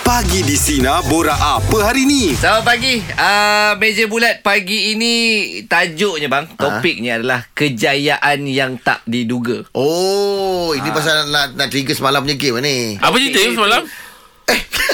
Pagi di Sina Bora apa hari ni? Selamat pagi. Uh, meja bulat pagi ini tajuknya bang, Ah. topiknya adalah kejayaan yang tak diduga. Oh, ini pasal nak, nak trigger semalam punya game lah ni. Apa cerita you semalam?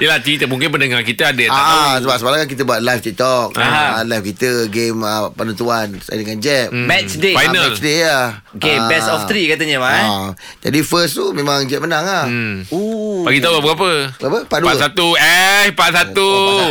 Yelah cerita Mungkin pendengar kita ada yang ya, tak tahu Ah, sebab semalam kan kita buat live TikTok. Ah. Ah, live kita game ah, penentuan saya dengan Jeb. Hmm. Match day. Final. Ah, match day lah. Okay, Ah. best of three katanya bang. eh. Ah. Jadi first tu memang Jeb menang lah. hmm. Ooh. Bagi tahu berapa Berapa? Part Oh, 41 2. Eh 41 okay, okay,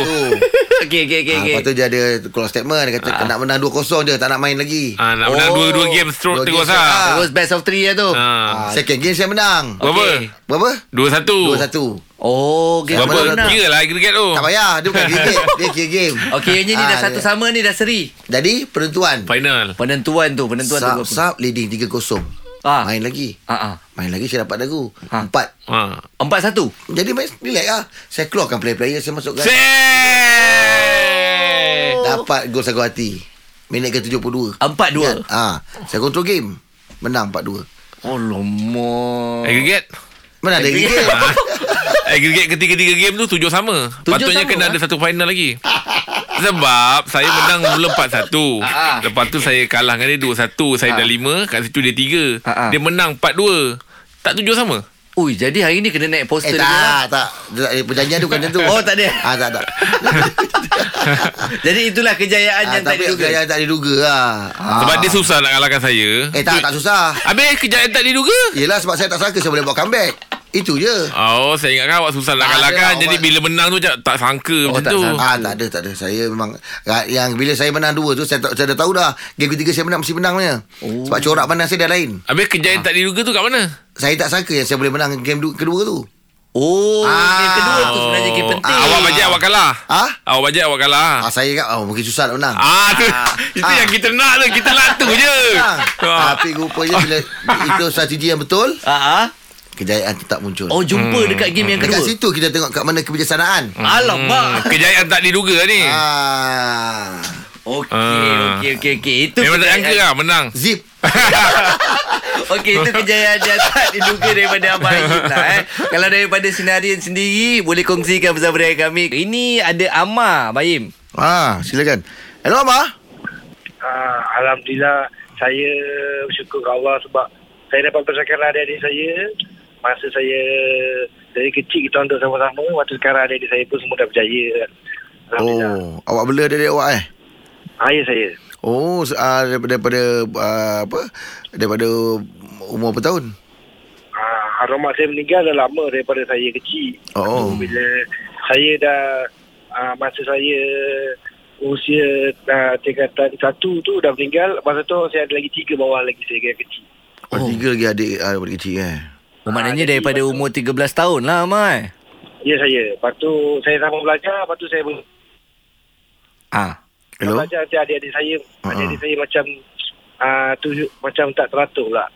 okay. Okay, okay. Ah, Lepas tu dia ada keluar statement Dia kata nak menang 2-0 je Tak nak main lagi Ah, nak menang Oh. dua-dua game Dua Stroke game terus straight, lah Terus best of three lah tu. Ah. Ah, Second game saya menang Berapa? Berapa? 21 2-1 Oh, okay. Berapa? Mana nak? Kira lah aggregate tu Tak payah Dia bukan game Dia kira game Okay, ni dah Ah, satu dia- sama ni dah seri. Jadi penentuan Final Penentuan tu, penentuan tu. berapa? Sub sub leading 3-0 Ah. Main lagi Ah, ah. Main lagi saya dapat lagu Ha. Empat ha. Empat satu. Jadi main relax lah Saya keluarkan player-player Saya kan. masukkan Set Dapat gol sagu hati Minit ke 72 Empat dua. ha. Saya control game Menang 4-2 Oh, Oh. lomor. Eh, Aggregate Mana ada gigit Ah. Aggregate ketiga-tiga game tu tujuh sama Tujuh Patutnya sama, kena ah? ada satu final lagi Sebab saya menang mula 4-1 Ah. Lepas tu saya kalah dengan dia 2-1 Saya dah 5 Kat situ dia 3 Ah, ah. Dia menang 4-2 Tak tujuh sama Ui, jadi hari ni kena naik Eh poster lagi lah. tak, tak, tak. Perjanjian tu bukan macam tu Oh, tak ada. ha, Tak tak Jadi itulah kejayaan ha, yang tak Tapi diduga. yang tak diduga lah ha. Ah. Sebab dia susah nak kalahkan saya Eh tak tak susah Habis kejayaan tak diduga Yelah sebab saya tak sangka Saya boleh buat comeback Itu je Oh saya ingatkan awak susah nak Tak ada kalahkan lah, Jadi awak- bila menang tu macam tak sangka Oh, macam tak tu sangka. Ah tak ada tak ada. Saya memang ah, yang bila saya menang dua tu saya, tak- saya dah tahu dah game ketiga saya menang mesti menang punya. Oh. Sebab corak pandang saya dah lain. Habis Ah. kejayaan tak diduga tu kat mana? Saya tak sangka yang saya boleh menang game du- kedua tu. Oh, ah. yang kedua tu sebenarnya game Oh. penting. Awak bajet awak kalah Ah? Awak bajet awak kalah Ah saya ingat oh mungkin susah nak menang. Ah, tu, itu Ah. yang kita nak tu Kita nak tu je Menang. Ah. Tapi rupanya bila itu strategi yang betul, Ah. ah. kejayaan tetap muncul. Oh, jumpa hmm. dekat game yang kedua. Dekat situ kita tengok kat mana kebijaksanaan. Hmm, Alamak. kejayaan tak diduga lah ni. Ah. Okey, Ah. okey, okey, okey. Itu Memang tak sangka kejayaan. lah menang. Zip. Okey, itu kejayaan yang tak diduga daripada Abang Ayub lah eh. Kalau daripada Sinarian sendiri, boleh kongsikan bersama dengan kami. Ini ada Amar, Bayim. Ah, silakan. Hello, Ma. Ah, Alhamdulillah saya bersyukur ke Allah sebab saya dapat bersama adik-adik saya masa saya dari kecil kita orang duduk sama-sama waktu sekarang adik-adik saya pun semua dah berjaya kan. Alhamdulillah oh. Oh, awak bela dari awak eh? ayah saya Oh, se- ah, daripada, daripada ah, apa? Daripada umur berapa tahun? ah, arwah mak saya meninggal dah lama daripada saya kecil Oh. bila saya dah ah, masa saya usia ah, tingkatan satu tu dah meninggal masa tu saya ada lagi tiga bawah lagi saya yang kecil Oh. Tiga lagi adik ah, daripada kecil eh. Oh, maknanya daripada umur 13 tahun lah, Amar. ya saya lepas tu saya sama belajar lepas tu saya ber- Ah. Hello? Kalau Ah, belajar nanti adik-adik saya, Ha-ha. adik-adik saya macam uh, tunjuk macam tak teratur pula.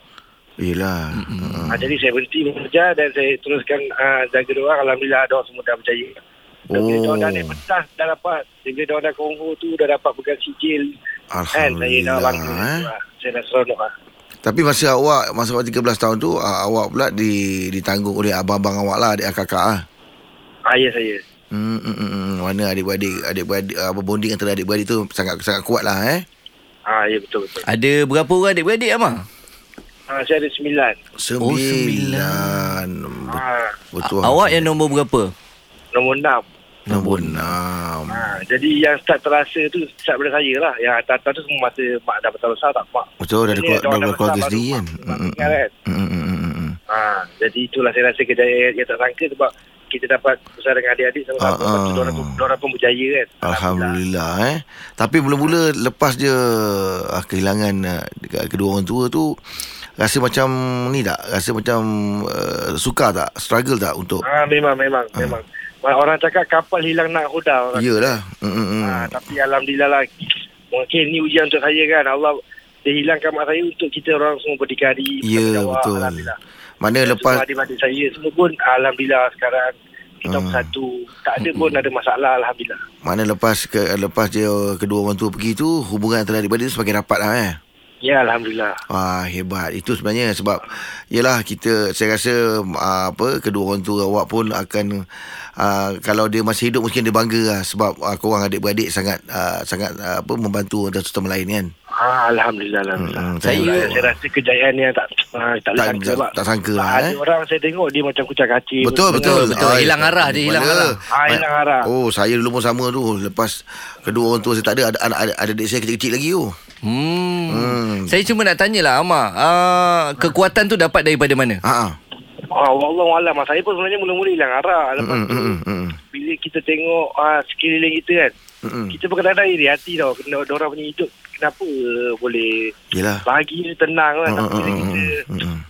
Yelah. Ah, Hmm. Mm-mm. jadi saya berhenti bekerja dan saya teruskan uh, jaga doa. Alhamdulillah doa semua dah berjaya. Dan Bila Oh. doa dah naik pentas dah dapat. Bila doa dah kongho tu dah dapat pegang sijil. Kan saya dah Alhamdulillah. bangga. Eh. Ah, Saya dah seronok lah. Tapi masa awak masa awak 13 tahun tu ah, awak pula di ditanggung oleh abang-abang awak lah, adik kakak ah. Ayah ya, saya. Hmm, hmm, hmm, hmm. mana adik-beradik adik-beradik ah, apa bonding antara adik-beradik tu sangat sangat kuat lah eh. Ah, ya betul-betul. Ada berapa orang adik-beradik, Amar? Ah, saya ada sembilan. Sembilan. sembilan. Bet- Ah, Betul. Awak yang nombor berapa? nombor enam. nombor enam. Ah, jadi yang start terasa tu start daripada saya lah. Yang atas-atas tu semua masa mak dah besar-besar tak mak. Betul dah ada Ini keluar- doa dah ada keluarga besar sendiri baru kan. mak- mak Hmm, hmm, tinggal kan. hmm, hmm, hmm, hmm, hmm. Ha, jadi itulah saya rasa kejayaan yang tak sangka sebab kita dapat besar dengan adik-adik sama-sama. Ah, ah. Uh, Diorang pun, diorang pun berjaya kan. Alhamdulillah eh. Tapi mula-mula lepas dia ah, kehilangan ah, dekat kedua orang tua tu rasa macam ni tak? Rasa macam uh, sukar tak? Struggle tak untuk? Ha, memang, memang, Ah. memang. Orang cakap kapal hilang nak huda. Orang. Iyalah. Hmm, hmm, hmm. Ha, tapi Alhamdulillah lah. Mungkin ni ujian untuk saya kan. Allah dia hilangkan mak saya untuk kita orang semua berdikari. Ya bertanggungjawab. betul. Alhamdulillah. Mana Dan lepas Semua adik-adik saya semua pun Alhamdulillah sekarang kita Ah. bersatu. Tak ada pun ada masalah Alhamdulillah. mana lepas ke, lepas dia kedua orang tua pergi tu hubungan antara adik-beradik tu semakin rapat lah eh. Ya, Alhamdulillah. Wah Ah, hebat Itu sebenarnya sebab Yelah kita Saya rasa uh, apa Kedua orang tua awak pun akan uh, Kalau dia masih hidup Mungkin dia bangga lah Sebab uh, korang adik-beradik sangat uh, Sangat uh, apa Membantu orang satu sama lain kan Ah, Alhamdulillah, Alhamdulillah. Hmm, saya, saya- saya rasa kejayaan yang tak ah, tak, Tak- sangka, tak- Pak. tak sangka lah, Ada eh. orang saya tengok dia macam kucak kacir. Betul betul betul. Ah, Hilang arah dia, hilang mana? arah. Ah, hilang arah. Oh saya dulu pun sama tu Lepas Kedua orang tua saya tak ada Ada, ada, ada adik saya kecil-kecil lagi tu Hmm. hmm. Saya cuma nak tanyalah Amar, uh, kekuatan tu dapat daripada mana? Haa Ah, wallahu alam. Saya pun sebenarnya mula-mula hilang arah. Lepas Mm, tu, mm, mm, mm. bila kita tengok ah, sekeliling kita kan, Mm-mm. kita pun kadang-kadang iri hati tau. Kena orang punya hidup kenapa boleh Yelah bahagia, tenang kan. Mm, Tapi mm, bila mm, kita mm, mm.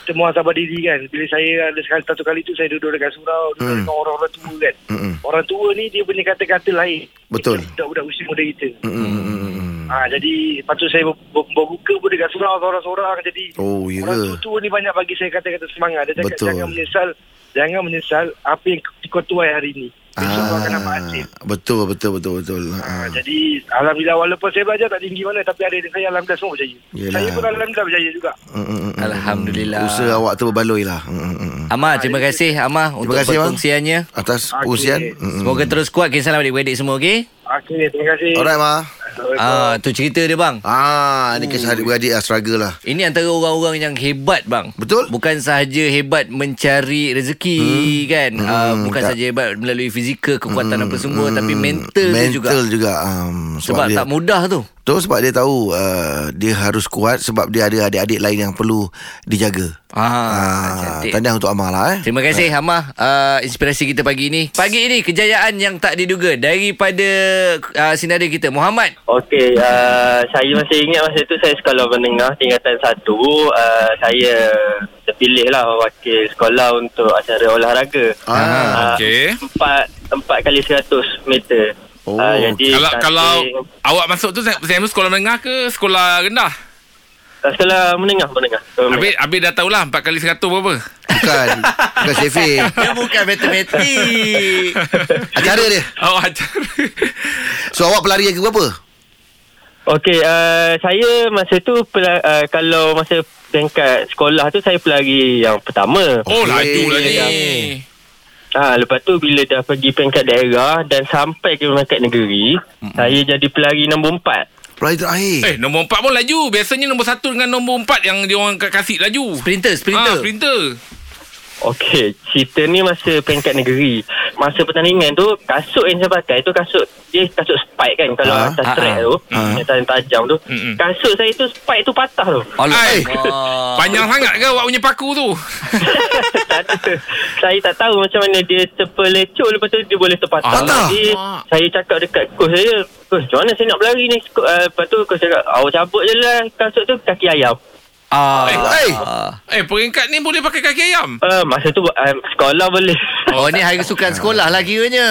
kita muhasabah diri kan. Bila saya ada sekali satu kali tu saya duduk dekat surau duduk Mm. dengan orang-orang tua kan. Mm-mm. Orang tua ni dia punya kata-kata lain. Betul. Kita budak-budak usia muda kita. Mm, mm, mm, mm, mm. Ha, jadi lepas tu saya ber- ber- berbuka pun dekat surau seorang-seorang jadi Oh ya orang ke tua-tua ni banyak bagi saya kata-kata semangat dia cakap Betul. Betul. jangan menyesal jangan menyesal apa yang kau tuai hari ni besok kau akan dapat hasil Ah, Betul betul betul betul Ha, ah. jadi Alhamdulillah walaupun saya belajar tak tinggi mana Tapi adik saya Alhamdulillah semua berjaya Yelah. Saya pun Alhamdulillah berjaya juga Mm, mm, mm, mm. Alhamdulillah. Usaha awak tu berbaloi lah Mm, mm, mm, mm. Amar, terima kasih Amar untuk kasih, Amar. perkongsiannya. Atas Okey. urusian Mm, mm. Semoga terus kuat kisah adik-adik semua, okey? Okey terima kasih Alright ma Assalamualaikum. Ah, tu cerita dia bang. Ah, Ni kisah adik-beradik lah Struggle lah Ini antara orang-orang yang hebat bang. Betul. Bukan sahaja hebat mencari rezeki hmm. kan. Hmm. Uh, Hmm, bukan tak. sahaja hebat melalui fizikal kekuatan hmm. apa semua Mm, tapi mental, mental dia juga. Mental juga um, Sebab dia, tak mudah tu. Betul sebab dia tahu uh, Dia harus kuat Sebab dia ada adik-adik lain yang perlu Dijaga Ah, cantik. Tahniah untuk Amal lah eh Terima kasih Hamah uh, Inspirasi kita pagi ini Pagi ini kejayaan yang tak diduga Daripada uh, sinari kita Muhammad Okey, uh, saya masih ingat masa tu saya sekolah menengah tingkatan satu. Uh, saya terpilih lah wakil sekolah untuk acara olahraga. Ah, Ah, okey. Empat, empat kali seratus meter. Oh, Ah, Kalau starting- kalau awak masuk tu saya, saya sekolah menengah ke sekolah rendah? Ah, sekolah menengah, menengah. Sekolah Habis menengah. habis dah tahulah 4 kali 100 berapa. Bukan Bukan Syafiq Dia bukan matematik Acara dia Oh acara. So awak pelari yang keberapa? Okey, uh, saya masa tu pela- uh, kalau masa peringkat sekolah tu saya pelari yang pertama. Oh Okey. laju lah ni. Ha, lepas tu bila dah pergi peringkat daerah dan sampai ke peringkat negeri, mm saya jadi pelari nombor empat. Pelari terakhir Eh nombor 4 pun laju. Biasanya nombor 1 dengan nombor 4 yang dia orang kasih laju. Sprinter Sprinter Ah, sprinter. Okey, cerita ni masa peringkat negeri. Masa pertandingan tu, kasut yang saya pakai tu kasut, dia kasut spike kan kalau Ah, atas ah, track ah. tu, Ah. yang tajam, tajam tu. Mm-mm. Kasut saya tu, spike tu patah tu. Allah Ai. Allah. Panjang sangat ke awak punya paku tu? tak ada. Saya tak tahu macam mana dia terpelecuk lepas tu dia boleh terpatah. Patah? Jadi, saya cakap dekat coach saya, coach macam mana saya nak berlari ni? Ko- Uh, lepas tu coach cakap, awak cabut je lah kasut tu kaki ayam. Ah. Eh, Ah. Eh peringkat ni boleh pakai kaki ayam. Uh, masa tu uh, sekolah boleh. Oh ni hari sukan sekolah lah kiranya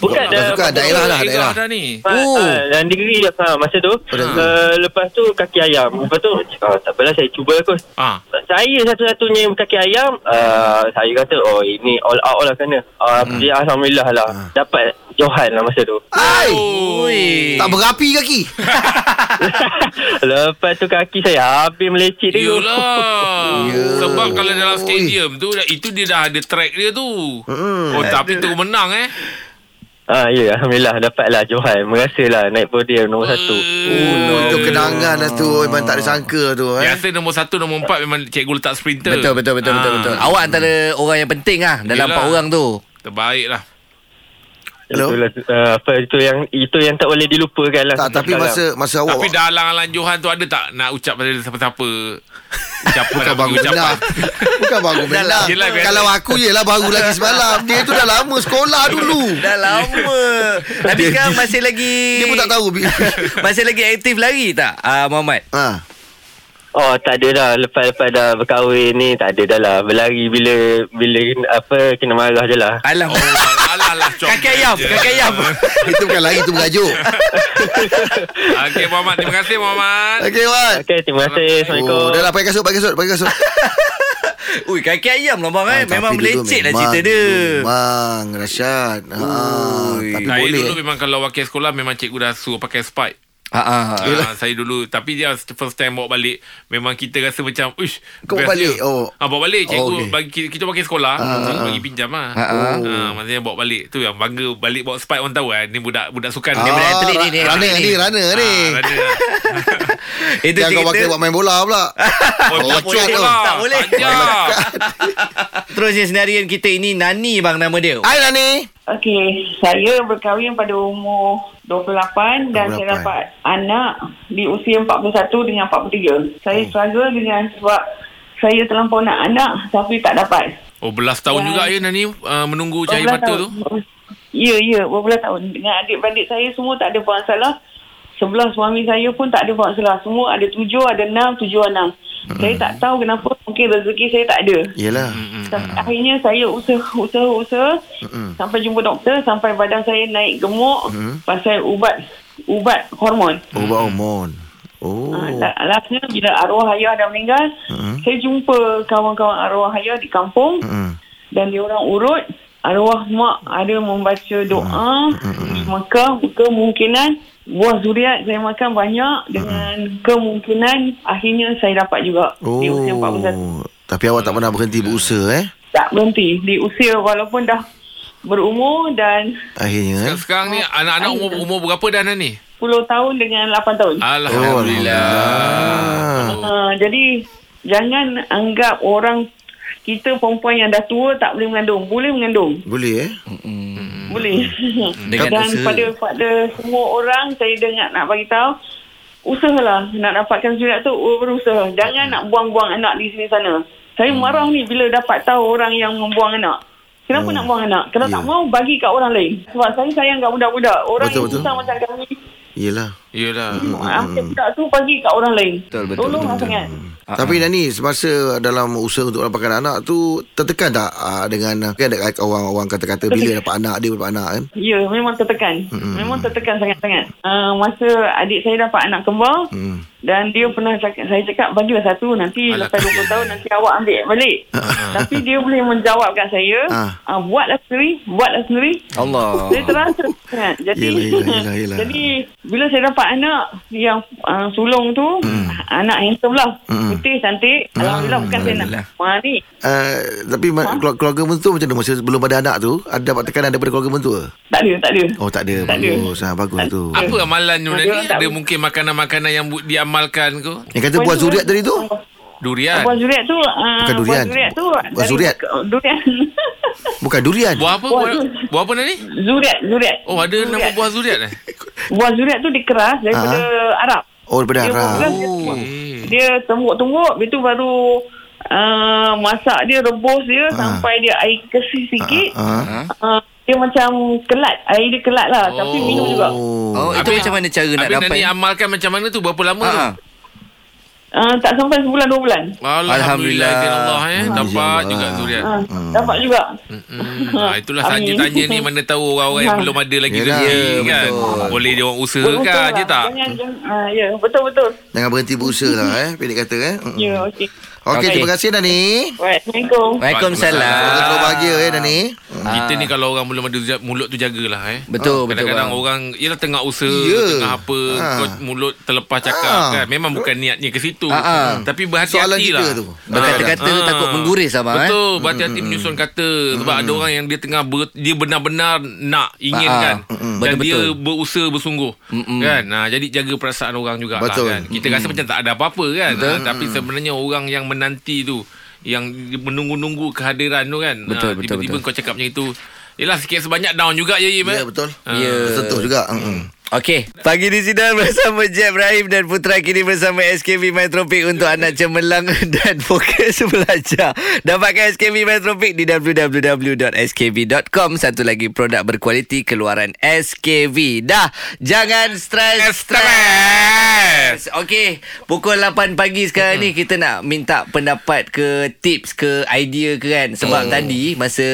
Bukan Dah dah. suka daerah lah daerah Dah ni. Oh. Oh. Uh, dan degree dah ha, masa tu. dah Uh, lepas tu kaki ayam. Lepas tu oh, tak apalah saya cuba kot. Ah. Saya satu-satunya yang kaki ayam uh, Saya kata Oh ini all out lah kena uh, Hmm. Dia Alhamdulillah lah Ah. Dapat Johan lah masa tu Hai Ui. Tak berapi kaki Lepas tu kaki saya habis melecit dia. Yelah Ya. Sebab kalau dalam Oi. stadium tu dah- Itu dia dah ada track dia tu Mm. Oh tapi terus menang eh Ah, ya, Alhamdulillah dapatlah Johan. Merasalah naik podium nombor satu. Oh, itu kenangan lah tu Memang tak disangka tu eh. Biasa nombor satu Nombor empat memang cikgu letak sprinter Betul betul betul betul Ah, betul. Awak antara orang yang penting ah Yelah. dalam empat orang tu. Terbaik lah Hello? Itulah, uh, apa, itu yang itu yang tak boleh dilupakan lah. Tak tapi Sekarang. masa masa awak Tapi dah alang-alang Johan tu ada tak Nak ucap pada siapa-siapa Ucapan Bukan nak bagi baru ucapan menang Bukan baru menang Yelah, biasa. Kalau aku Yelah baru lagi semalam Dia tu dah lama Sekolah dulu Dah lama. Tapi Dia- sekarang masih lagi Dia pun tak tahu bi- Masih lagi aktif lari tak? Ah Muhammad. ha. Oh, tak ada dah. Lepas-lepas dah berkahwin ni, tak ada dah lah. Berlari bila, bila apa, kena marah je lah. Ah. Alam. Oh alah lah Kaki ayam, kaki ayam. Itu bukan lari Itu mengajuk Okay Muhammad Terima kasih Muhammad Okay Wan Okey, terima kasih. Assalamualaikum. Oh, dah lah pakai kasut pakai kasut pakai kasut. Ui, kaki ayam lah bang eh. Ah, Tapi Memang dulu melecet lah memang- cerita dia. Memang Rasyad. Ha, Ui. tapi Saya boleh. dulu memang kalau wakil sekolah Memang cikgu dah suruh pakai spike Ha ah. Ah, saya dulu Tapi dia first time bawa balik Memang kita rasa macam Uish Kau bestnya." balik? Oh. ah, Bawa balik Cikgu Oh, oh, okey. okay. bagi, kita- Kita pakai sekolah Cikgu bagi pinjam lah Ah, ah. Ah, Maksudnya bawa balik Tu yang bangga Balik bawa spike orang tahu kan Ni budak budak sukan Dia budak budak atlet ni, ni, Ah. Runner atlet ni, ni. runner ni. Ah, ada. Itu Jangan kau cerita pakai buat main bola pula. Oh, tak Kocok boleh tu. lah. Tak boleh. Ajar. Terusnya senarian kita ini Nani bang nama dia Hai Nani. Okey, saya berkahwin pada umur 28 dan 28. saya dapat anak di usia 41 dengan 43. Saya hmm. struggle dengan sebab saya terlampau nak anak tapi tak dapat. Oh belas tahun Ya. juga ya Nani uh, Menunggu cahaya Berbelas mata tu Ya, ya, berbelas tahun. Dengan adik-beradik saya semua tak ada buat salah. Sebelah suami saya pun tak ada buat salah. Semua ada tujuh, ada enam, tujuh, enam. Saya tak tahu kenapa mungkin rezeki saya tak ada. Yelah. Sampai akhirnya saya usaha usaha usaha Mm, Mm-mm. sampai jumpa doktor sampai badan saya naik gemuk Mm. pasal ubat ubat hormon. Ubat hormon. Oh. Ah, la- Alasnya bila arwah ayah dah meninggal, Mm. saya jumpa kawan-kawan arwah ayah di kampung Mm-mm. dan dia orang urut arwah mak ada membaca doa Mm-hmm. di Mekah kemungkinan buah zuriat saya makan banyak Mm-hmm. dengan kemungkinan akhirnya saya dapat juga di usia 41. Oh. Tapi awak tak pernah berhenti berusaha eh? tak berhenti di usia walaupun dah berumur dan Akhirnya eh? Sekarang ni Oh. Anak-anak umur, umur berapa dah Nani 10 tahun dengan 8 Oh, tahun. Ah. Alhamdulillah Alhamdulillah. Uh, jadi jangan anggap orang kita perempuan yang dah tua tak boleh mengandung. Boleh mengandung. Boleh eh? Hmm. Boleh. Dengan dan usaha. pada pada semua orang saya dengar nak bagi tahu usahalah nak dapatkan zuriat tu oh, berusaha. Jangan nak buang-buang anak di sini sana. Saya Hmm. marah ni bila dapat tahu orang yang membuang anak. Kenapa Oh. nak buang anak? Kalau Ya. tak mau bagi kat orang lain. Sebab saya sayang kat budak-budak. Orang Betul, yang betul. susah macam kami Yelah. Yelah Ambil budak tu bagi kat orang lain. Hmm, Betul, betul, Hmm. Ah, Tolong lah sangat. Uh-huh. Tapi Nani semasa dalam usaha untuk dapatkan anak tu tertekan tak uh, dengan uh, kan ada orang-orang kata-kata bila dapat anak dia dapat anak kan? Ya, memang tertekan. Mm-mm. Memang tertekan sangat-sangat. Uh, masa adik saya dapat anak kembar Hmm. dan dia pernah cakap, saya cakap bagilah satu nanti Alah, lepas 20 tahun nanti awak ambil balik. Tapi dia boleh menjawab kat saya, Ah. Oh. uh, buatlah sendiri, buatlah sendiri. Allah Saya terasa sangat. Jadi, Yelah, yelah, yelah, yelah. jadi bila saya dapat anak yang uh, sulung tu, Hmm. anak handsome lah. Mm. Putih, cantik. Alhamdulillah bukan saya nak. Alhamdulillah. Wah, ni. Uh, tapi huh? keluarga mentua macam mana masa sebelum ada anak tu ada dapat tekanan daripada keluarga mentua? Tak ada, tak ada. Oh tak ada. Tak ada. bagus. Ha, bagus tu. Apa amalan you Ah, dia Nani orang tak Ada boleh. mungkin makanan-makanan Yang bu- diamalkan ke Yang kata buah zuriat tadi tu? Durian Buah zuriat tu uh, Kan? Bukan Buah durian. zuriat tu Buah dari- oh, zuriat. Durian Bukan durian. Buah apa Buah Buah, tu. buah apa Nani Zuriat Zuriat Oh ada Zuriat. nama buah zuriat eh Buah zuriat tu dikeras Daripada Arab Oh daripada Dia Arab. bukan- Dia tumbuk-tumbuk Lepas tu baru uh, Masak dia Rebus Ah. dia Sampai dia air kesih sikit Ha. Ah. uh, Dia macam Kelat Air dia kelat lah Tapi minum juga Oh, Oh. itu macam mana cara nak Habis dapat? Nani amalkan macam mana tu Berapa lama tu Ha. uh, Tak sampai sebulan dua bulan Alhamdulillah izin Allah eh Hmm, dapat izin juga Allah. zuriat. uh, Dapat juga Hmm. Ha, itulah saja Amin. tanya ni mana tahu orang-orang yang Ha. belum ada lagi Yelah, rezeki betul. kan. Boleh dia orang usahakan Berusaha je lah. tak? Jangan, jangan, uh, ya, betul-betul. Jangan berhenti berusaha lah eh. Pendek kata eh. Mm-mm. Ya, okey. Okey, Okey. Lah. okay. terima kasih Nani. Baik, Assalamualaikum. Waalaikumsalam. Semoga terus bahagia eh Nani. Kita ni kalau orang belum ada zuriat mulut tu jagalah eh. Ah. Betul, betul, Kadang-kadang bang. Ah. orang ialah tengah usaha, Ya. tengah apa, Ha. kau mulut terlepas cakap Ha. kan. Memang bukan niatnya ke situ. Ha, ha. Tapi Soalan berhati-hati kita lah. tu. Ha. Berkata-kata tu takut mengguris, abang, eh? Betul, berhati-hati menyusun kata sebab ada orang yang dia tengah ber, dia benar-benar nak inginkan Ha, ha. Mm-mm. dan dia Betul-betul. berusaha bersungguh. Mm-mm. Kan? Ha, jadi jaga perasaan orang juga Betul. lah kan. Kita rasa macam tak ada apa-apa kan. Ha, tapi sebenarnya orang yang menanti tu yang menunggu-nunggu kehadiran tu kan. Betul, ha, betul, tiba-tiba betul. kau cakap macam itu. Yelah sikit sebanyak down juga je Im. eh? Ya betul. Ya. Sentuh juga. Mm-mm. Okey, pagi di sidang bersama Jeb Rahim dan Putra kini bersama SKB Metropik untuk anak cemerlang dan fokus belajar. Dapatkan SKB Metropik di www.skb.com. Satu lagi produk berkualiti keluaran SKB. Dah, jangan stres. Stres. Okey, pukul 8 pagi sekarang ni kita nak minta pendapat ke tips ke idea ke kan. Sebab tadi masa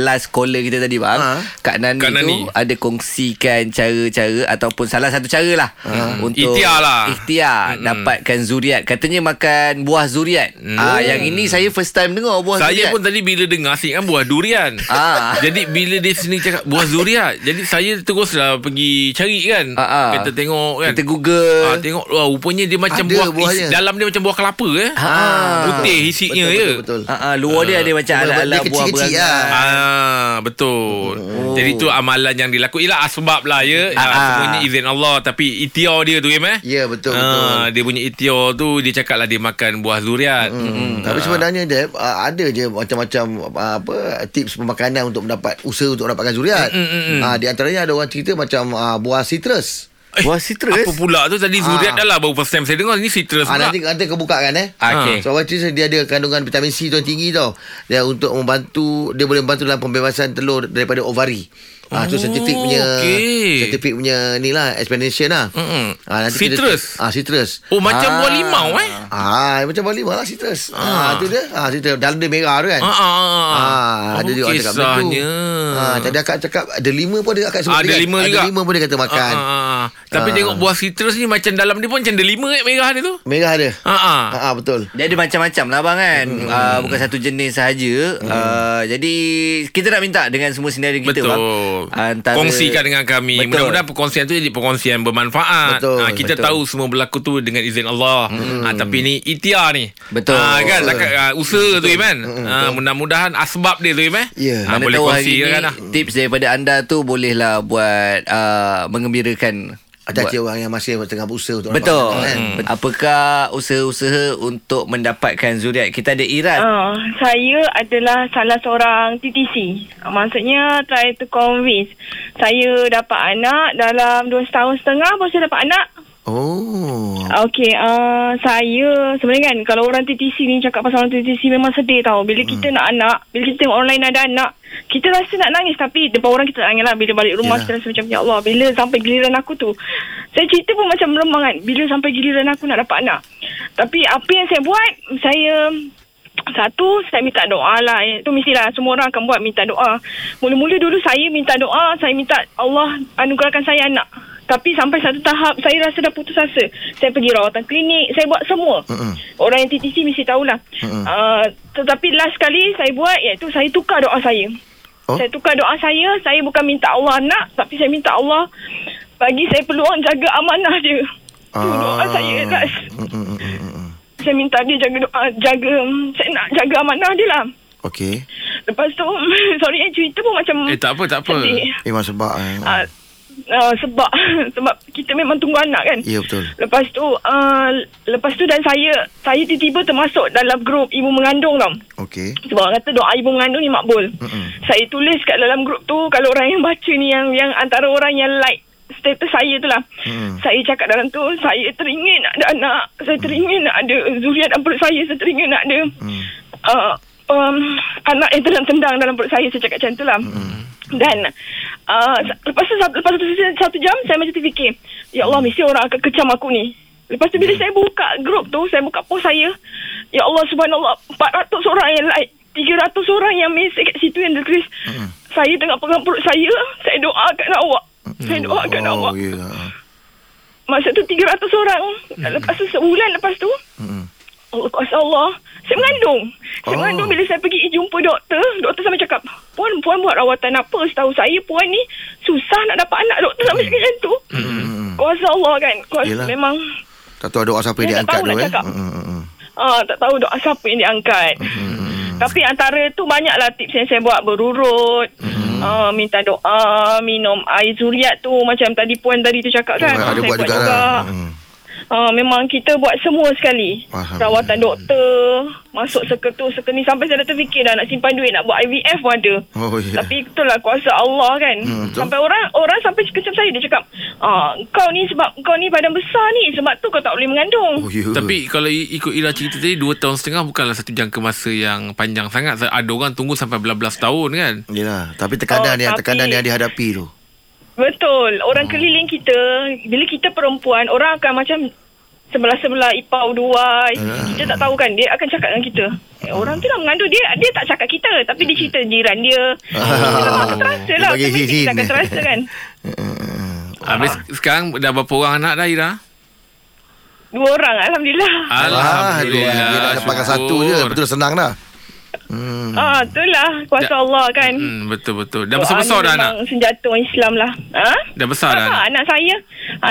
last caller kita tadi bang, Ha. Kak Nani Kak tu Nani. ada kongsikan cara-cara cara ataupun salah satu cara lah Ah. hmm. untuk Ikhtiar lah. ikhtiar hmm. dapatkan zuriat. Katanya makan buah zuriat. Hmm. Ah yang ini saya first time dengar buah Mm. Saya zuriat. pun tadi bila dengar asyik kan buah durian. Ah. Jadi bila dia sini cakap buah zuriat, jadi saya teruslah pergi cari kan. Ah, ah. Kita tengok kan. Kita Google. Ah, tengok wah, rupanya dia macam Ada buah buahnya. isi, dalam dia macam buah kelapa eh. Ah. Putih isinya betul, je. betul, betul. Ah, ah, luar dia ada macam Dia ala-ala buah kecil-kecil lah. berangan. Ah betul. Oh. Jadi tu amalan yang dilakukan. Ialah asbab lah ya. Ah, Ah, ah. semuanya izin Allah tapi ikhtiar dia tu Im eh. Ya, betul, betul. Ah, dia punya ikhtiar tu dia cakap lah dia makan buah zuriat. Hmm. Tapi sebenarnya Deb uh, ada je macam-macam uh, apa tips pemakanan untuk mendapat usaha untuk mendapatkan zuriat. Hmm, hmm, hmm. Uh, di antaranya ada orang cerita macam uh, buah citrus. Buah citrus. Ah, eh, Apa pula tu tadi zuriat Ah. dah lah baru first time saya dengar ni citrus Ah pula. nanti nanti kau buka kan eh. Ah, Okey. So awal citrus dia ada kandungan vitamin C tu yang tinggi tau. Dia untuk membantu dia boleh membantu dalam pembebasan telur daripada ovari. Ah tu Oh, scientific punya okey. scientific punya ni lah explanation lah. Mm-mm. Ah nanti kita- Citrus. Ah citrus. Oh macam Ah. buah limau eh. Ah macam balik malah citrus. Ah, tu dia. Ah citrus dalam dia merah tu kan. Ah, ah, ah. Ah, ada Apa juga orang cakap macam tu. kisahnya? Ah, Ah, tadi akak cakap ada lima pun ada akak sebut Ada tadi kan? lima juga. Ada lima pun dia kata makan. Ah, ah, ah. Tapi Ah. tengok buah citrus ni macam dalam dia pun macam delima eh merah dia tu. Merah ada. Ha ah. Ha ah, betul. Dia ada macam-macam lah bang kan hmm. uh, Bukan satu jenis sahaja uh, Jadi Kita nak minta dengan semua sendiri kita Betul. bang kan. Antara- Kongsikan dengan kami. Betul. Mudah-mudahan perkongsian tu jadi perkongsian bermanfaat. Betul. Ah, kita Betul. tahu semua berlaku tu dengan izin Allah. Hmm. tapi ni ikhtiar ni. Betul. Hmm, Ah, kan Takat, ah, usaha tu Iman. Ah, mudah-mudahan asbab dia tu Iman. Ya. Ah, Mana boleh tahu hari kongsi ni kan. ah. Tips daripada anda tu Bolehlah buat uh, Mengembirakan Ada buat- cik orang yang masih tengah berusaha untuk Betul dapat makan, kan? hmm. Apakah usaha-usaha Untuk mendapatkan zuriat Kita ada Irat Ah, saya adalah salah seorang TTC. Ah, Maksudnya try to convince. Saya dapat anak dalam 2 tahun setengah baru saya dapat anak. Oh. Okey, uh, saya sebenarnya kan kalau orang TTC ni cakap pasal orang TTC memang sedih tau. Bila kita nak anak, bila kita tengok orang lain ada anak, kita rasa nak nangis tapi depan orang kita tak nangis lah. Bila balik rumah Yalah. kita rasa macam, Ya Allah, bila sampai giliran aku tu. Saya cerita pun macam meremang kan, bila sampai giliran aku nak dapat anak. Tapi apa yang saya buat, saya... Satu, saya minta doa lah. Itu mestilah semua orang akan buat minta doa. Mula-mula dulu saya minta doa, saya minta Allah anugerahkan saya anak. Tapi sampai satu tahap saya rasa dah putus asa. Saya pergi rawatan klinik, saya buat semua. Mm-mm. Orang yang TTC mesti tahulah. Mm-mm. Uh, tetapi last kali saya buat iaitu saya tukar doa saya. Oh? Oh. Saya tukar doa saya, saya bukan minta Allah nak tapi saya minta Allah bagi saya peluang jaga amanah dia. Tu doa saya last. Ah. Mm, mm, mm, mm, mm. Saya minta dia jaga doa, jaga mm, saya nak jaga amanah dia lah. Okey. Lepas tu sorry eh, cerita pun macam Eh tak apa tak apa. sedih. Memang sebab eh. Ah, uh, sebab sebab kita memang tunggu anak kan. Ya, betul. Lepas tu uh, lepas tu dan saya saya tiba-tiba termasuk dalam grup ibu mengandung tau. Okey. Sebab orang kata doa ibu mengandung ni makbul. Mm-mm. Saya tulis kat dalam grup tu kalau orang yang baca ni yang yang antara orang yang like status saya tu lah. Mm. Saya cakap dalam tu saya teringin nak ada anak. Saya teringin nak ada zuriat dalam perut saya. Saya teringin nak ada Mm. uh, um, anak yang tendang-tendang dalam perut saya. Saya cakap macam tu lah. Hmm. Dan uh, sa- lepas tu satu- lepas tu satu jam saya macam terfikir, ya Allah mesti orang akan kecam aku ni. Lepas tu bila Hmm. saya buka grup tu, saya buka post saya, ya Allah subhanallah 400 orang yang like, 300 orang yang message kat situ yang dia tulis, Hmm. saya tengah pegang perut saya, saya doakan awak. Saya doakan awak. Oh, ya. Yeah. Masa tu 300 orang. Hmm. Lepas tu sebulan lepas tu, Mm. Allah kuasa Allah. Saya mengandung. Saya Oh. oh. mengandung bila saya pergi jumpa doktor. Doktor sama cakap, Puan, Puan buat rawatan apa? Setahu saya Puan ni susah nak dapat anak. Doktor sama cakap macam tu. mm. Kuasa Allah kan. Kuasa Hmm. Yelah. Yelah. memang Tak tahu doa Saya siapa yang tak diangkat tahu tu nak eh. cakap. Mm, mm, mm. ah, tak tahu doa siapa yang diangkat. Hmm. Tapi antara tu banyaklah tips yang saya buat. Berurut, Hmm. ah, minta doa, minum air zuriat tu. Macam tadi Puan tadi tu cakap kan. Ada Saya buat juga lah. Mm. Uh, memang kita buat semua sekali. Faham. Rawatan doktor, masuk seketul seketul ni sampai saya dah terfikir dah nak simpan duit nak buat IVF pun ada. Oh, ya. Tapi itulah kuasa Allah kan. Hmm, Hmm, betul. sampai orang orang sampai kecam saya dia cakap, "Ah, kau ni sebab kau ni badan besar ni, sebab tu kau tak boleh Oh, mengandung." ya. Tapi kalau i- ikut Ira cerita tadi Dua tahun setengah bukanlah satu jangka masa yang panjang sangat Ada orang tunggu sampai belas-belas tahun kan Yelah, tapi Oh, tekanan yang tapi- Oh, tekanan yang dihadapi tu. Betul. Hmm. Orang keliling kita, bila kita perempuan, orang akan macam sebelah-sebelah ipau dua. Ya. Kita tak tahu kan dia akan cakap dengan kita. Eh, orang tu dah mengandung dia dia tak cakap kita tapi dia cerita jiran dia. Dia memang akan terasa Ah. Dia lah. bagi Automatik Kita hint. akan terasa kan. Mm, mm, mm. Habis Ah. sekarang dah berapa orang anak dah Ira? Dua orang Alhamdulillah Ah. Dia dah lepaskan satu je syukur. Betul senang dah Hmm. Ah, itulah kuasa Da- Allah kan. Hmm, betul betul. Dah Doa besar-besar ni dah anak. memang Senjata orang Islam lah. Ha? Dah besar dah Ah, anak. anak saya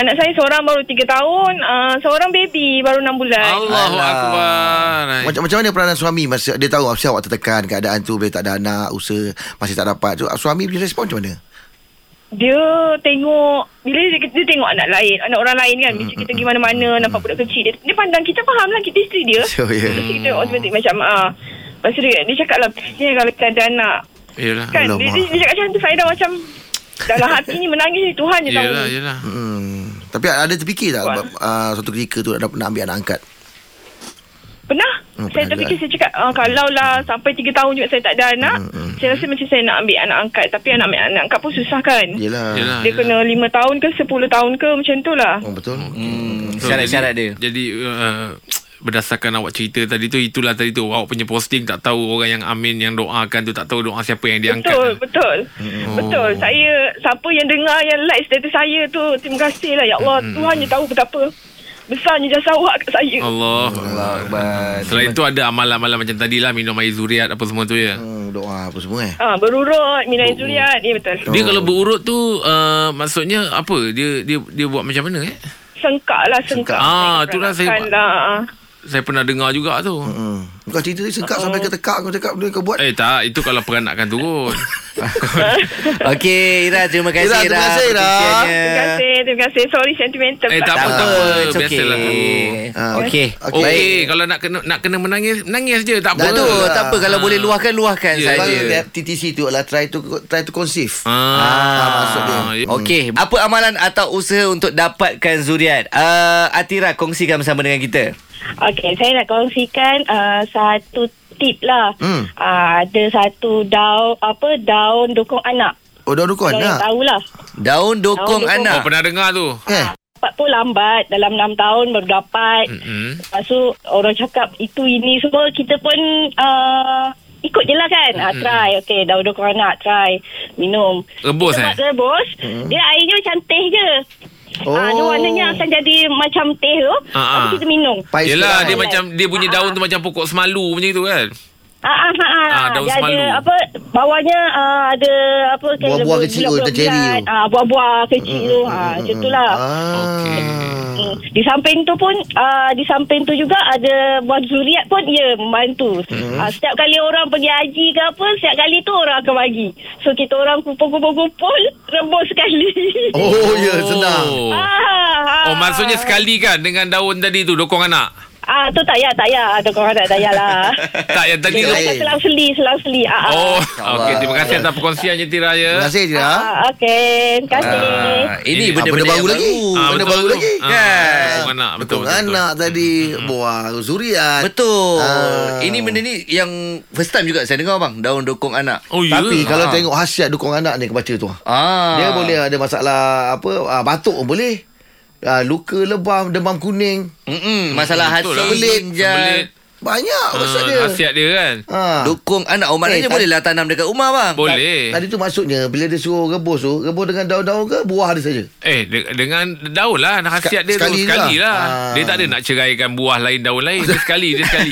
anak saya seorang baru 3 tahun, ah, seorang baby baru 6 bulan. Allahu Alah. akbar. Macam macam mana peranan suami masa dia tahu masa awak tertekan keadaan tu bila tak ada anak, usaha masih tak dapat. So, suami punya respon macam mana? Dia tengok bila dia, dia tengok anak lain, anak orang lain kan. Bila kita pergi mana-mana nampak budak kecil dia, dia pandang kita faham lah kita isteri dia. So, ya. Lepas tu kita automatik macam ah. Lepas tu dia, dia cakap lah Ni kalau kita ada anak Yalah. Kan dia, Alamak. dia, dia cakap macam tu Saya dah macam Dalam hati ni menangis ni Tuhan je tahu Yalah yalah. Hmm. Tapi ada terfikir tak Wah. uh, suatu ketika tu nak, nak ambil anak angkat? Pernah Hmm, hmm, Saya pernah terfikir juga. Saya cakap ah, Kalau lah Sampai 3 tahun juga Saya tak ada anak hmm, Saya rasa macam saya nak ambil anak angkat Tapi anak ambil anak angkat pun susah kan Hmm. Yelah. Yalah. Dia kena 5 tahun ke 10 tahun ke Macam tu lah Oh, betul. Hmm, So, Syarat-syarat dia jadi- Jadi uh, berdasarkan awak cerita tadi tu itulah tadi tu awak punya posting tak tahu orang yang amin yang doakan tu tak tahu doa siapa yang diangkat. Betul, betul. Oh. Oh. Betul. Saya siapa yang dengar yang like status saya tu terima kasih lah ya Allah. Hmm. Tuhan je tahu betapa besarnya jasa awak kat saya. Oh. Allah. Hmm. Selain tu ada amalan-amalan macam tadilah minum air zuriat apa semua tu ya. Hmm, doa apa semua eh. Ha, berurut, minai zuriat. Ya betul. Dia Oh. kalau berurut tu uh, maksudnya apa? Dia dia dia buat macam mana eh? Sengkak lah, sengkak. Ah, itulah saya- Kan Lah. Saya pernah dengar juga tu. Hmm. Kau cerita dia sekak sampai ke tekak kau cakap dia kau Oh. buat. Eh tak, itu kalau peranakan turun. Okey Ira terima kasih Ira Ira, terima kasih, Ira. Oh, perkongsiannya. Terima kasih, terima kasih. Sorry sentimental. Eh, Tak tak apa, apa, it's okay. biasalah lah tu. Ah, Okey. Okey, okay, Eh, kalau nak kena nak kena menangis, menangis je tak apa. Tak tu, Oh, tak lah. apa kalau Ah. boleh luahkan luahkan Ya, saja. ya. Kalau TTC tu lah try to try to conceive. Ah, maksud dia. Hmm. ya. Okey, apa amalan atau usaha untuk dapatkan zuriat? Uh, Atira kongsikan bersama dengan kita. Okey, saya nak kongsikan uh, satu tip lah. Hmm. Hmm. Uh, ada satu daun apa daun dukung anak. Oh, dah dukung Kalau yang anak. tahulah. Daun Daun dokong. dokong Oh, anak. pernah dengar tu. Eh. Dapat pun lambat dalam 6 tahun baru dapat. Hmm. Hmm. Lepas tu orang cakap itu ini semua kita pun uh, ikut je lah kan. Hmm. Uh, try. Okey, daun dukung anak try. Minum. Rebus Kita eh. buat rebus. Hmm. Dia airnya macam teh je. Oh. Oh. Uh, dia warnanya akan jadi macam teh tu. Ah, ah. Tapi kita minum. Pais Yelah dia tu lah. macam Dia punya daun tu macam pokok semalu punya tu kan Ah, ah, ah, ah. Ah, daun dia semalu. ada apa bawahnya ah, ada apa Buah-buah kecil tu, macam cherry tu. Mm, Ah, buah-buah kecil tu. Ah, macam tu lah. Ah. Okey. Hmm. Di samping tu pun ah, di samping tu juga ada buah zuriat pun ya membantu. Mm. Ah, setiap kali orang pergi haji ke apa, setiap kali tu orang akan bagi. So kita orang kumpul-kumpul-kumpul rebus sekali. Oh, ya, senang. Ah, Oh maksudnya sekali kan Dengan daun tadi tu Dokong anak Ah, tu tak payah, tak payah. Ada korang tak payah lah. Tak yang tadi tu Dia Yelah. kata selang seli, selang seli. Ah, ah. Oh Okey terima kasih Atas perkongsiannya Tira ya Terima kasih dia. Ah, okey. Terima kasih. Ah, ini Ini- Ah, benda-benda yang baru lagi. Ah, Benda betul baru tu. lagi. Ah, Kan? dokong anak Betul Betul betul, betul. anak tadi buah zuriat. Betul. Ah. Ini benda ni yang first time juga saya dengar bang, daun dokong anak. Oh ya Tapi Ah. kalau tengok khasiat dukung anak ni kebaca tu. Ah. Dia boleh ada masalah apa ah, batuk pun boleh. Ah, luka lebam, demam kuning. Mm-mm, masalah hati, Betul lah. Sembelit. ginjal. Banyak Ah, maksud dia. Khasiat dia kan Ha. Dokong anak. Oh, maknanya Eh, tak- boleh lah tanam dekat rumah bang. Boleh Tadi tu maksudnya bila dia suruh rebus tu, rebus dengan daun-daun ke buah dia saja. Eh de- dengan daun lah Khasiat dia tu sekali je Sekali lah. lah Ah. Dia tak ada nak ceraikan Buah lain daun lain Dia sekali Dia sekali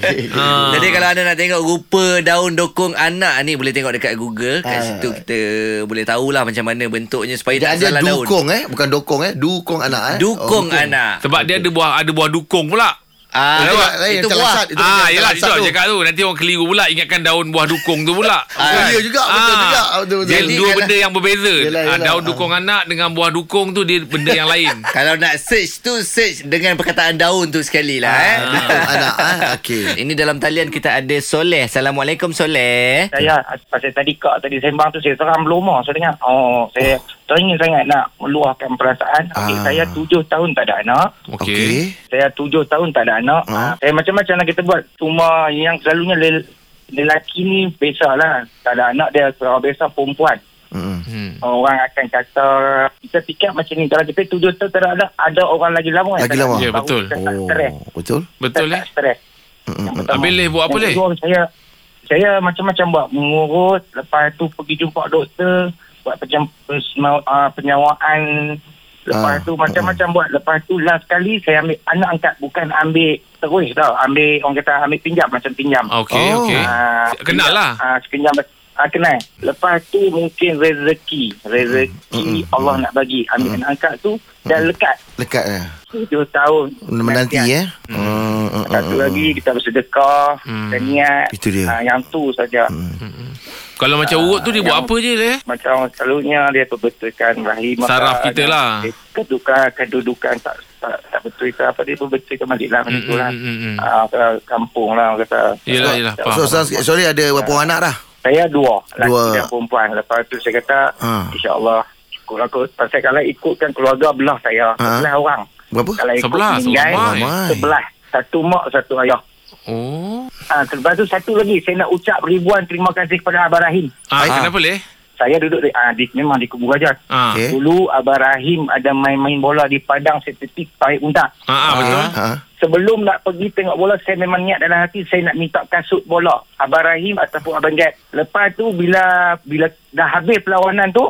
Okey. Ah. Jadi kalau anda nak tengok rupa daun dokong anak ni boleh tengok dekat Google. Kat Ah. situ kita boleh tahulah macam mana bentuknya supaya tak Dia salah ada daun. dukung eh, bukan dokong eh, dukung anak eh. Dukung anak. Sebab dia ada buah Ada buah dukung pula Itu Ah, itu, lah, lain, itu macam buah. lasat. Itu ah, macam yelah, itu langsat aku tu. cakap tu. Nanti orang keliru pula ingatkan daun buah dukung tu pula. Oh, ya juga, betul juga. Betul, betul. Jadi, Jadi, dua yelah. benda yang berbeza. Yelah, ah, yelah. daun dukung anak dengan buah dukung tu, dia benda yang lain. Kalau nak search tu search dengan perkataan daun tu sekali lah eh. Dukung anak eh. Okey. Ini dalam talian kita ada Soleh. Assalamualaikum Soleh. Saya pasal tadi kak tadi sembang tu saya seram berlumah. Saya dengar oh saya teringin sangat nak meluahkan perasaan. Adik Ah. saya tujuh tahun tak ada anak. Okey. Saya tujuh tahun tak ada anak. Ah. Ha? Saya macam-macam lah kita buat. Cuma yang selalunya lel- lelaki ni besarlah. Tak ada anak dia kalau besar perempuan. Hmm. Hmm. Orang akan kata kita fikir macam ni. Kalau kita tujuh tahun tak ada anak, ada orang lagi lama. yang Lagi tak ada lama. anak. Ya, Baru betul. kita tak Oh, Stres. betul. Betul Kita eh? tak Stres. Hmm. Yang Habis Leh buat apa Yang Leh? kedua, Saya saya macam-macam buat mengurut lepas tu pergi jumpa doktor buat macam persma- ah, penyawaan lepas Ah, tu macam-macam buat lepas tu last kali saya ambil anak angkat bukan ambil terus tau ambil orang kata ambil pinjam macam pinjam Okey, Oh. okey. Ah, Kenal lah. Ah, sekejap ah, kenal. Lepas tu mungkin rezeki. Rezeki Allah nak bagi. Ambil anak angkat tu dah lekat Lekat eh. 7 tahun. Menanti eh. Hmm. Hmm. hmm, Satu hmm. lagi kita bersedekah, kita niat. Itu dia. Ah, yang tu saja. Kalau macam urut tu dia buat apa je leh? Macam selalunya dia perbetulkan rahim. Saraf kita lah. Eh, Kedudukan, kedudukan tak, tak, tak betulkan apa dia perbetulkan balik lah. Macam tu lah. Hmm, mm, mm, mm. Ah, ke kampung lah orang kata. Yelah, yelah, faham. So, Ustaz, sorry ada berapa orang anak dah? Saya dua Lelaki Dua. dan perempuan Lepas tu saya kata Ha. InsyaAllah Cukup lah kot Pasal kalau ikutkan keluarga Belah saya Ha. Sebelah orang Berapa? Kalau ikut Sebelas, meninggal ramai. Ramai. Sebelah Satu mak Satu ayah Oh. ha, Lepas tu satu lagi Saya nak ucap ribuan Terima kasih kepada Abang Rahim Ah, Ah. kenapa leh? Saya duduk di, ha, di Memang di Kubur Raja Ah. Okey. Okay. Eh? Dulu Abang Rahim Ada main-main bola Di Padang Setetik Parit Untak Ah, ah, betul. Ha. Sebelum nak pergi tengok bola Saya memang niat dalam hati Saya nak minta kasut bola Abang Rahim ataupun Abang Jad Lepas tu bila Bila dah habis perlawanan tu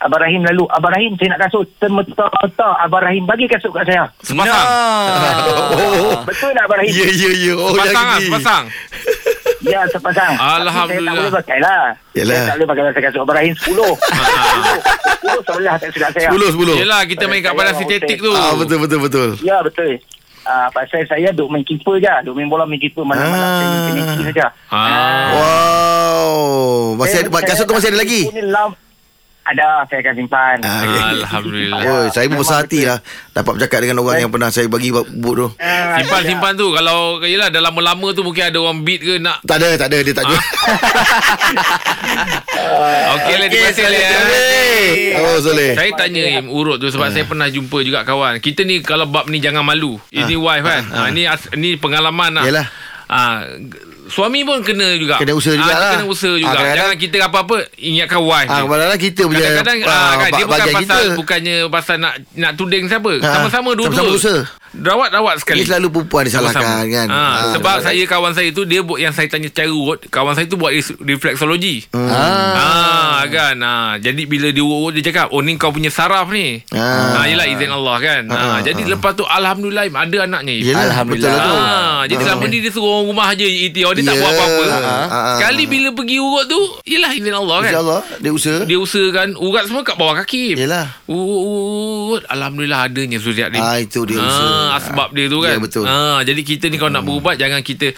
Abang Rahim lalu Abang Rahim saya nak kasut Semeta-meta Abang Rahim bagi kasut kat saya Sepasang. Oh. Betul tak Abang Rahim? Ya ya ya. Oh Sepasang ah, lagi. sepasang. Ya sepasang Tapi Saya tak Alhamdulillah. boleh pakai lah Yalah. Saya tak boleh pakai pasal kasut Abang Rahim 10 10 sebelah tak silap saya Sepuluh, sepuluh. Yelah, kita main kat Saya padang orang sintetik tu. Ya. Ah, betul, betul, betul. Ya betul Ah, pasal saya duk main keeper je Duk main bola main keeper Malam-malam Ah. saya main penalty saja Ah. Wow. Masih ada, Saya- kasut tu saya- masih ada lagi? Ni lam- Ada, saya akan simpan. Ah, okey. Alhamdulillah. Ya, Oh, saya pun memang besar hati lah Dapat bercakap dengan orang yang pernah saya bagi but tu Ah, Simpan ada. simpan tu Kalau Yelah dah lama-lama tu Mungkin ada orang beat ke nak Tak ada, tak ada, dia Ah, tak jual Okey lah Terima kasih lah Oh, Soleh Saya tanya Im urut tu Eh. sebab saya pernah jumpa juga kawan. Kita ni kalau bab ni jangan malu. Ah. Ini wife kan. Ha, ni as- ni pengalaman lah. Yalah. Ah, g- suami pun kena juga. Kena usaha Ah, jugalah. Kena usaha juga. Ah, kadang-kadang- jangan kita apa-apa ingatkan wife. Ah, je. kadang-kadang kita punya Kadang-kadang ah, kan, dia ba- bukan bahagian pasal bukannya pasal nak nak tuding siapa. Ah, Sama-sama dua-dua. sama-sama usaha. Rawat-rawat sekali. Ini selalu perempuan disalahkan, Sama-sama. kan? Ah, Ah, sebab betul. saya kawan saya tu dia buat yang saya tanya cara urut, kawan saya tu buat res- refleksologi. Ah, kan. Ah, jadi bila dia urut dia cakap, "Oh ni kau punya saraf ni." Ah. Ah, yelah izin Allah kan. Ah, Ah, jadi lepas tu alhamdulillah Im, ada anaknya. Im. Yelah, Alhamdulillah. betul lah tu. Ah, jadi selama ni dia suruh orang rumah je ETO dia tak Ya. buat apa-apa. Ah, ah, ah. Sekali bila pergi urut tu, yelah izin Allah kan. InsyaAllah Dia usaha Dia usahakan urat semua kat bawah kaki. Yelah. Urut, urut. Alhamdulillah adanya zuriat ni. lah. Ah, itu dia usaha. Ah, sebab dia tu kan. Ya, betul. Hmm. Ah, jadi kita ni kalau nak berubat jangan kita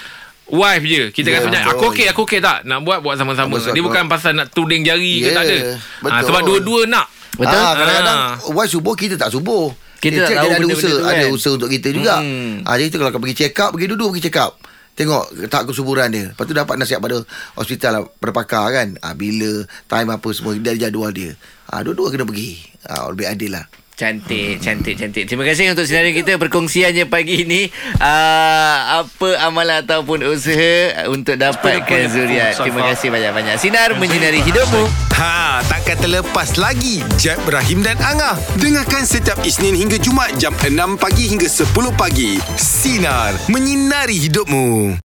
wife je. Kita Ya, kata macam aku betul. okey, aku okey tak? Nak buat buat sama-sama. Betul, Dia betul. bukan pasal nak tuding jari ke Ya, tak ada. Ah, betul. sebab dua-dua nak. Betul? Ah, kadang-kadang Ah. wife subuh kita tak subuh. Kita tak check, tahu dia ada benda-benda usaha, tu ada kan. usaha untuk kita juga. Hmm. Ah, jadi tu kalau kau pergi check up, pergi duduk pergi check up. Tengok tak kesuburan dia. Lepas tu dapat nasihat pada hospital lah, pada pakar kan. Ah, bila, time apa semua dari jadual dia. Ah, dua-dua kena pergi. Ah, lebih adil lah. Cantik, cantik, cantik. Terima kasih untuk senarai kita perkongsiannya pagi ini. Uh, apa amalan ataupun usaha untuk dapatkan zuriat. Terima kasih banyak-banyak. Sinar menyinari hidupmu. Ha, takkan terlepas lagi Jeb, Ibrahim dan Angah. Dengarkan setiap Isnin hingga Jumaat jam 6 pagi hingga 10 pagi. Sinar, menyinari hidupmu.